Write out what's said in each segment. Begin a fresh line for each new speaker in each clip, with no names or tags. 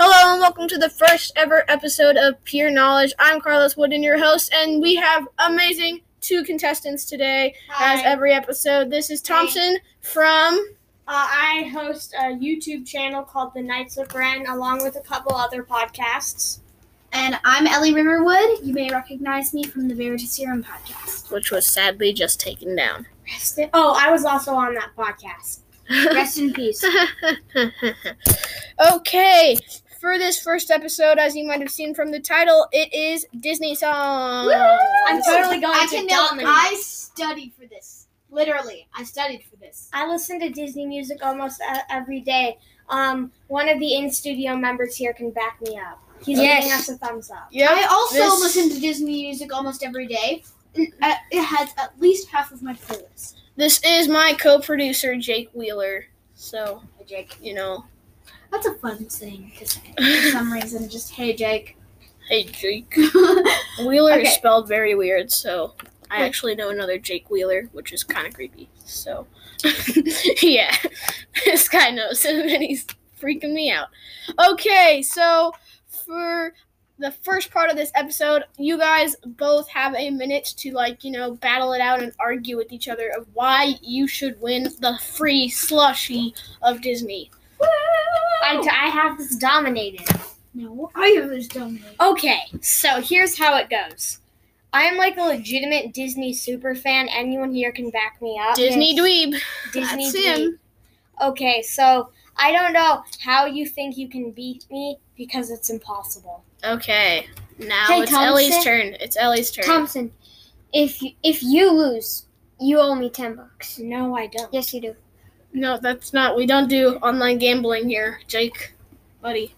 and welcome to the first ever episode of Pure Knowledge. I'm Carlos Wooden, your host, and we have amazing two contestants today. As every episode, this is Thompson from.
Uh, I host a YouTube channel called The Knights of Ren, along with a couple other podcasts.
And I'm Ellie Riverwood. You may recognize me from the Veritaserum podcast.
Which was sadly just taken down.
Rest in- oh, I was also on that podcast.
Rest in peace.
okay, for this first episode, as you might have seen from the title, it is Disney songs.
I'm totally going
I
to
can know.
dominate.
I studied for this. Literally, I studied for this.
I listen to Disney music almost e- every day. Um, one of the in studio members here can back me up. He's
Yes.
giving us a thumbs up.
Yep,
I also
this-
listen to Disney music almost every day. It uh, it has at least half of my playlist.
This is my co-producer Jake Wheeler. So
Hey, Jake.
you know,
That's a fun thing to say. For some reason, just hey, Jake.
hey Jake.
That's
Wheeler is
Okay.
spelled very weird, so I
Wait.
actually know another Jake Wheeler, which is kind of creepy. So, yeah, this guy knows him and he's freaking me out. Okay, so for the first part of this episode, you guys both have a minute to, like, you know, battle it out and argue with each other of why you should win the free slushy of Disney.
I, I have this dominated.
no, I have this dominated.
Okay, so here's how it goes. I'm like a legitimate Disney super fan. Anyone here can back me up.
Disney Dweeb.
Disney
That's him.
Dweeb. Okay, so I don't know how you think you can beat me because it's impossible.
Okay, now
Hey,
it's Ellie's
Thompson.
turn. It's Ellie's turn.
Thompson, if you, if you lose, you owe me ten bucks.
No, I don't.
Yes, you do.
No, that's not. We don't do online gambling here, Jake, buddy.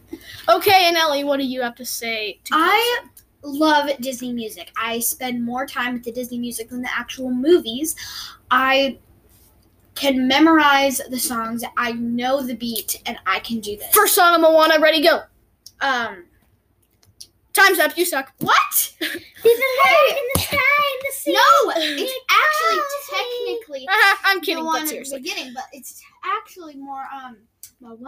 Okay, and Ellie, what do you have to say? To
I love Disney music. I spend more time with the Disney music than the actual movies. I can memorize the songs. I know the beat, and I can do this.
first song of Moana, ready go.
um,
Time's up. You suck.
what? No, it's actually technically
Haha, I'm kidding.
Moana
But
at the
seriously,
beginning, but it's actually more um Moana,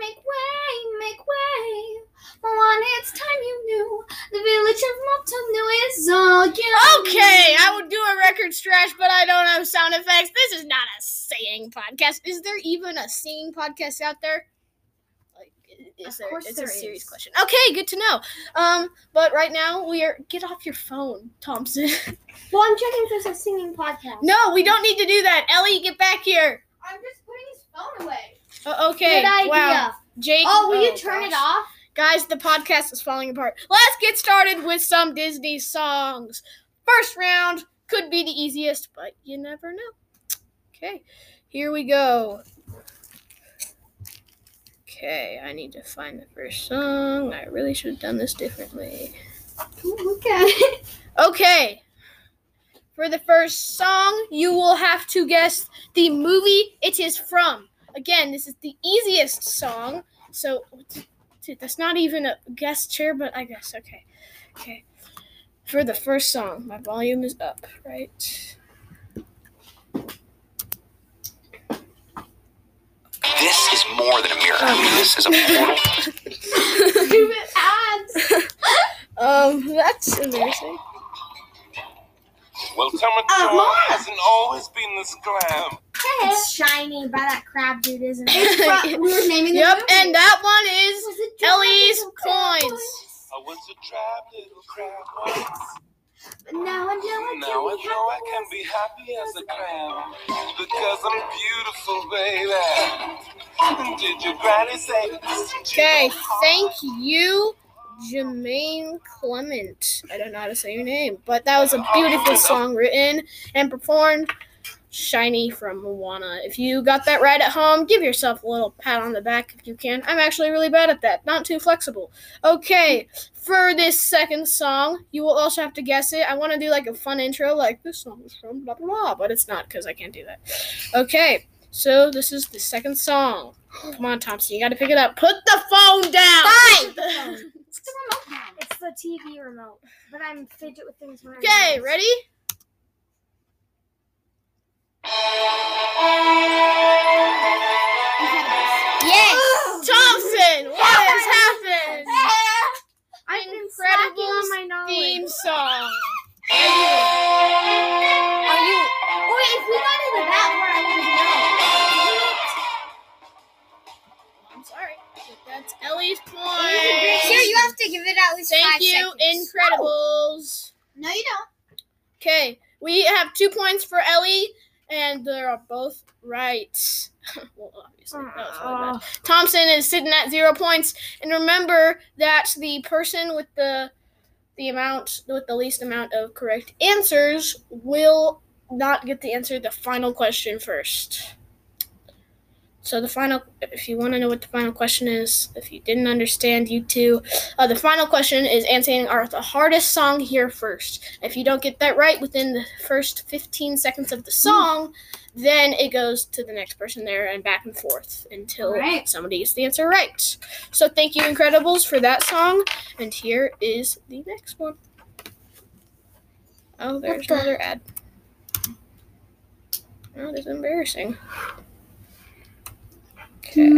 make way, make way, Moana. It's time you knew the village of Moptonu is all you.
okay, I would do a record stretch, but I don't have sound effects. This is not a singing podcast. Is there even a singing podcast out there? Like, is
Of
there?
course
it's
there
a serious
is.
question. Okay, good to know. Um, but right now we are get off your phone, Thompson.
Well, I'm checking for some singing podcast.
No, we don't need to do that. Ellie, get back here.
I'm just putting his phone away.
O- Uh, okay.
Good idea.
Wow. Jake.
Oh, will you turn
gosh.
it off?
Guys, the podcast is falling apart. Let's get started with some Disney songs. First round could be the easiest, but you never know. Okay. Here we go. Okay, I need to find the first song. I really should have done this differently.
Look at it.
Okay. For the first song, you will have to guess the movie it is from. Again, this is the easiest song. So, dude, that's not even a guess chair, but I guess. Okay. Okay. For the first song, my volume is up, right?
This is more than a mirror. This is a portal.
Stupid
Ah,
ads.
um, that's embarrassing.
Well, tell me,
Uh,
Tom,
Moana.
hasn't always been this glam.
It's shiny by that crab dude, isn't it?
It's from- we were naming the
Yep,
movie.
and that one is
Was it Dragon
Ellie's
Ball?
coins.
I was a drab little crab once.
But now I know I
Now I
can be
know I
happy
can
as-
be happy as a crab because I'm beautiful, baby. And Did your granny say?
Okay, thank you, Jermaine Clement. I don't know how to say your name, but that was a beautiful song written and performed. Shiny from Moana. If you got that right at home, give yourself a little pat on the back if you can. I'm actually really bad at that. Not too flexible. Okay, for this second song, you will also have to guess it. I want to do like a fun intro, like this song is from blah blah blah, but it's not because I can't do that. Okay, so this is the second song. Come on, Thompson, you gotta pick it up. Put the phone down! Fine!
It's the remote now.
It's the TV remote, but I'm fidget with things. when I'm
okay,
nervous.
ready?
It's not a-
Yes.
Thompson, what is That's Ellie's
Here,
point.
you have to give it at least five
Thank you,
seconds.
Incredibles.
No, you don't.
Okay, we have two points for Ellie, and they are both right. well, obviously, that was really bad. Thompson is sitting at zero points, and remember that the person with the the amount with the least amount of correct answers will not get to answer the final question first. So the final, if you want to know what the final question is, if you didn't understand, you two, uh, the final question is answering our the hardest song here first. If you don't get that right within the first 15 seconds of the song, then it goes to the next person there and back and forth until
Alright.
somebody gets the answer right. So thank you, Incredibles, for that song. And here is the next one. Oh, there's
the-
another ad. That is embarrassing. Okay.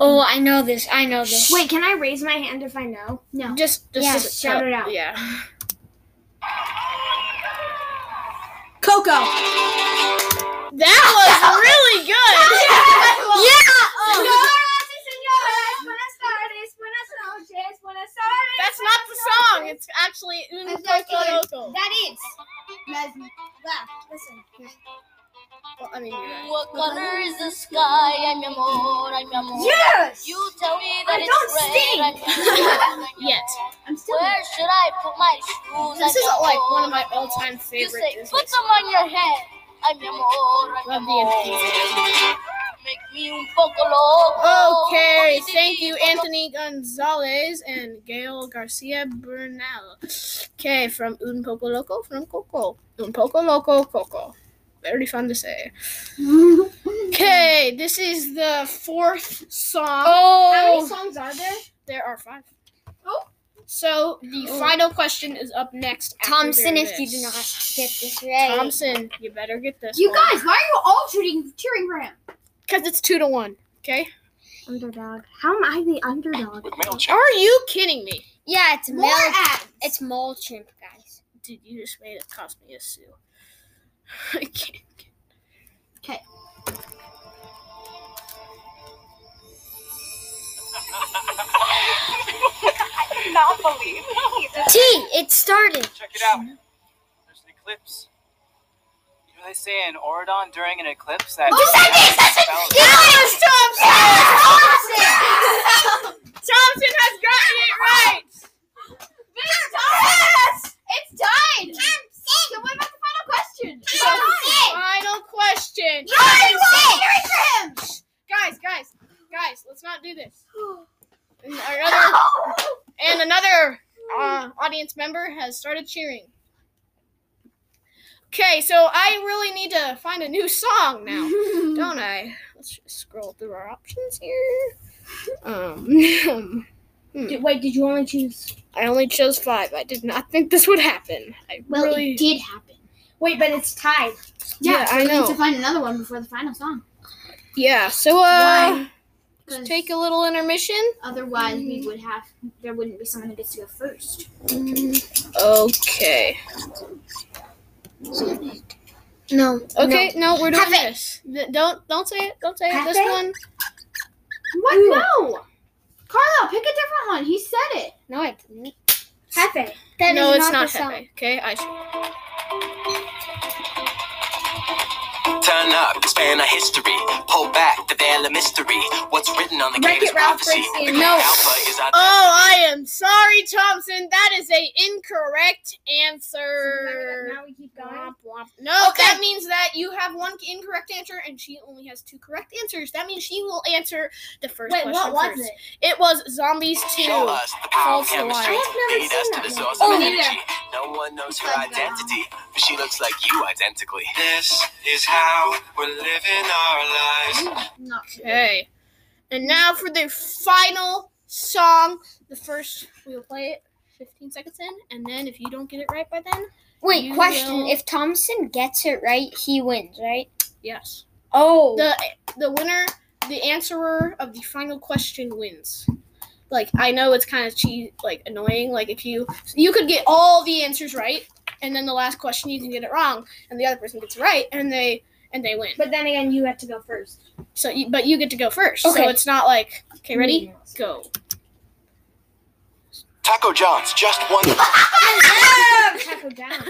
Oh, I know this. I know this.
Wait, can I raise my hand if I know?
Just, just
Yeah,
just-
shout it out.
Yeah.
Coco.
That was really good.
Oh.
That's not the song. It's actually un
That's
poco
not
loco.
That is. Leslie. Wow, listen.
Well, I mean, you're right.
What color is the sky? I'm your more, I'm your more.
Yes!
You tell me
I
that
don't
it's red.
sing.
I'm your more.
Yet.
I'm still.
Where should I put my shoes?
This
I'm
is
your
like
more,
one of my
I'm your
all time
more. You
favorite
say,
Disney
put them on your head. I'm your more, I'm your
Love the
more. Make me un poco loco.
Okay,
Make me
thank you,
un poco
Oh, Anthony Gonzalez and Gail Garcia Bernal. Okay, from Un Poco Loco, from Coco. Un Poco Loco, Coco. Very fun to say. Okay, this is the fourth song.
How many
Oh,
songs are there?
there are five.
Oh.
So the final question is up next. after
Thompson, if you
this.
do not get this right.
Thompson, you better get this.
You guys, why are you all cheering, cheering for him?
because it's two to one. Okay.
Underdog. How am I the underdog?
with MailChimp.
Are you kidding me?
Yeah, it's
More
Mel.
ads.
It's Molchimp, guys.
Dude, you just made it cost me a sue. I can't.
Not believe.
T. It started.
Check it out. There's an eclipse. You know they say in Oridon during an eclipse that.
Oh, that is-
Thompson has gotten it right.
It's tied! So what about the final question?
Final question, guys, guys, guys. Let's not do this. And another, and another uh, audience member has started cheering. Okay, so I really need to find a new song now, don't I? Let's just scroll through our options here. Um.
Wait, did you only choose?
I only chose five. I did not think this would happen. I
Well,
really
it did happen.
Wait, but it's tied.
Yeah,
so
I
we
know.
need to find another one before the final song.
yeah. So uh,
Why?
let's
'Cause
take a little intermission.
Otherwise, we would have there wouldn't be someone who gets to go first.
Okay.
No.
Okay. No, we're doing
Have it.
this. Th- Don't don't say it. Don't say it.
Have
This
it.
one.
What? No, Carlo, pick a different one. He said it.
No, I didn't.
Hefe.
That
no,
is
it's
not,
not
the song.
heavy. Okay, I. Should.
Turn up, expand our history. Pull back the veil of mystery. What's written on the
Wreck-It
gate is
Ralph
prophecy.
breaks
The
in.
great
No.
alpha is our
Oh, I am sorry, Thompson. That is a incorrect answer.
Now we keep going.
Womp, womp. No, that means that you have one incorrect answer, and she only has two correct answers. That means she will answer the first
Wait,
question
what was
first.
it?
It was zombies
Show
two.
us the power of
False alarm.
chemistry.
I have never
Lead us
seen
to
that
the
one.
source
Oh,
of
yeah.
energy. No one knows her
That's bad.
identity, but she looks like you identically.
This is how we're living our lives.
Not
Okay. And now for the final song. The first, we will play it 15 seconds in, and then if you don't get it right by then,
Wait,
You
question.
will-
If Thompson gets it right, he wins, right?
yes.
Oh.
The the winner, the answerer of the final question wins. Like I know it's kind of cheat, like annoying. Like if you you could get all the answers right, and then the last question you can get it wrong, and the other person gets it right, and they and they win.
But then again, you have to go first.
So, you, but you get to go first. So
Okay.
it's not like Okay, ready? Go.
Taco John's just one.
Taco down.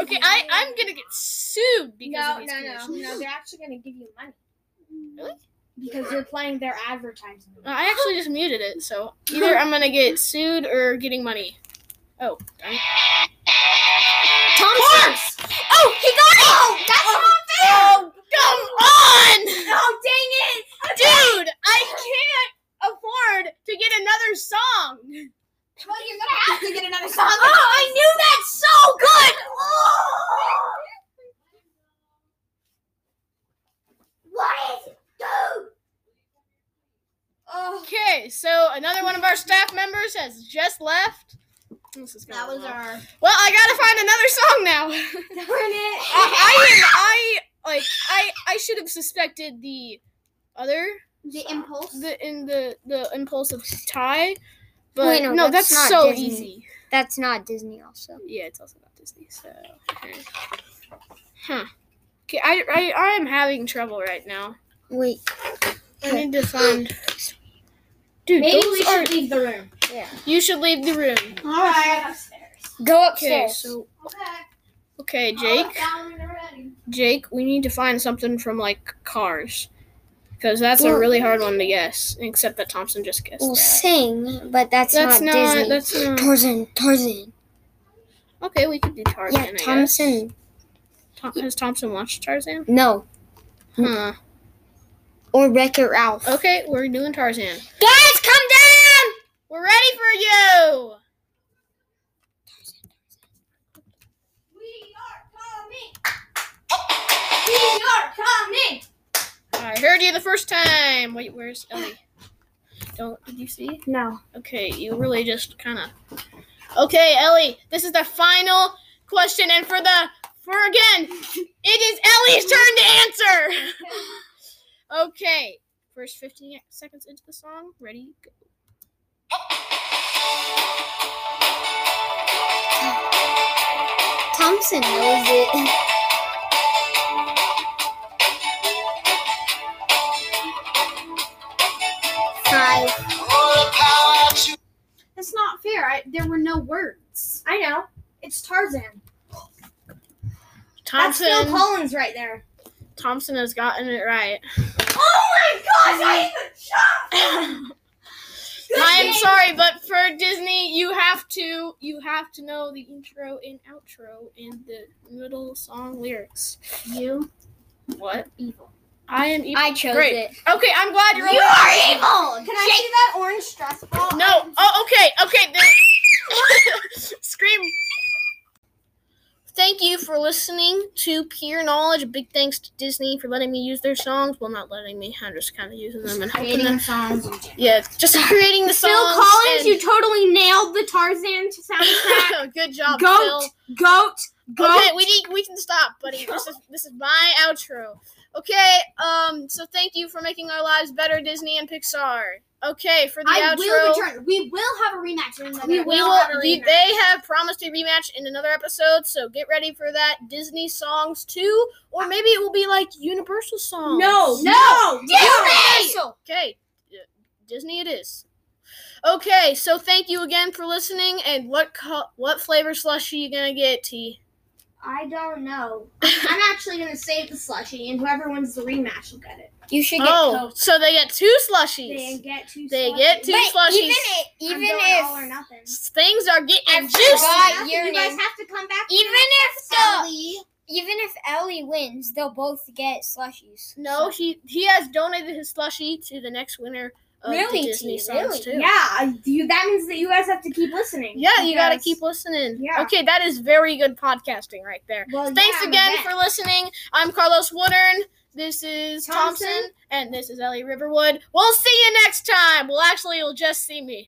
Okay, I, I'm gonna get sued because
No,
of
no,
these
no,
commercials.
no. They're actually going to give you money. Because you're playing their advertising.
Uh, I actually just muted it, so either I'm gonna get sued or getting money. Oh, darn it. Tom Hanks! Oh, he got it!
That's not fair.
Oh, come on!
Oh dang it!
Dude, I can't afford to get another song!
Well, you're gonna have to get another song.
I knew that so good!
What is it? Dude. Oh,
Okay, so another one of our staff members has just left. This is gonna
that was
work.
our.
Well, I gotta find another song now.
Darn it!
I, I, I, like, I, I should have suspected the other
the impulse.
the in the the impulsive tie. But
Wait,
no,
no,
that's,
that's not
so
Disney.
easy.
That's not Disney, also.
Yeah, it's also not Disney. So, okay. huh? Okay, I, I I am having trouble right now.
Wait.
I need to find. Dude,
Maybe
those
we
are-
should leave the room.
you should leave the room.
All right.
Go
Okay,
upstairs.
so
Okay.
okay, Jake, Jake, we need to find something from like Cars, because that's a
Well-
really hard one to guess. Except that Thompson just guessed.
we'll
that.
sing, but that's,
That's
not,
not.
Disney.
That's not.
Tarzan, Tarzan.
Okay, we could do Tarzan.
Yeah,
I
Thompson.
Guess. Tom, has Thompson watched Tarzan?
No.
Huh.
Or Wreck It Ralph.
Okay, we're doing Tarzan.
Guys, come down!
We're ready for you.
We are coming. We are coming.
I heard you the first time. Wait, where's Ellie? Don't did you see?
No.
Okay, you really just kind of. Okay, Ellie, this is the final question, and for the for again, it is Ellie's turn to answer. okay, first 15 seconds into the song, ready? Go.
Thompson knows it. Five.
That's not fair. I, there were no words.
I know. It's Tarzan. That's Phil
Thompson.
Collins right there.
Thompson has gotten it right.
Oh my gosh! I even
I am sorry, but for Disney, you have to you have to know the intro and outro and the middle song lyrics.
You
What?
evil.
I am evil.
I chose
Great.
it.
Okay, I'm glad you're.
You
aware.
are evil. Can I see that orange stress ball?
No. Oh, okay. Okay. there- Scream. Thank you for listening to Pure Knowledge. Big thanks to Disney for letting me use their songs. Well, not letting me. I'm just kind of using them and helping them.
songs.
Yeah, just creating the
Phil
songs.
Collins,
and-
you totally nailed the Tarzan soundtrack.
Good job,
goat,
Phil.
goat, goat.
Okay, we need we can stop, buddy. This is this is my outro. Okay, um, so thank you for making our lives better, Disney and Pixar. Okay, for the
I
outro,
will return. We will have a rematch in another.
We
we
will
will-
have a
the-
rematch.
they have promised a rematch in another episode, so get ready for that. Disney songs too, or maybe it will be like Universal songs.
No,
No,
Universal. Okay, yeah, Disney it is. Okay, so thank you again for listening. And what co- what flavor slushie you gonna get, T?
I don't know. I'm actually gonna save the slushie, and whoever wins the rematch will get it.
You should get
Oh,
Coke.
so they get two slushies.
get two.
They get two slushies.
Even all or nothing.
Things are getting
I've
juicy.
forgot
You
your
guys
name.
have to come back.
Even if the even if Ellie wins, they'll both get slushies.
No, he he has donated his slushie to the next winner of
Really,
the Disney
T,
songs
really?
too.
Yeah, you, that means that you guys have to keep listening.
Yeah, you gotta
Because-
keep listening.
Yeah.
Okay, that is very good podcasting right there.
Well,
Thanks
yeah,
again
but-
for listening. I'm Carlos Woodern. This is Thompson,
Thompson.
and this is Ellie Riverwood. We'll see you next time. Well, actually, you'll just see me.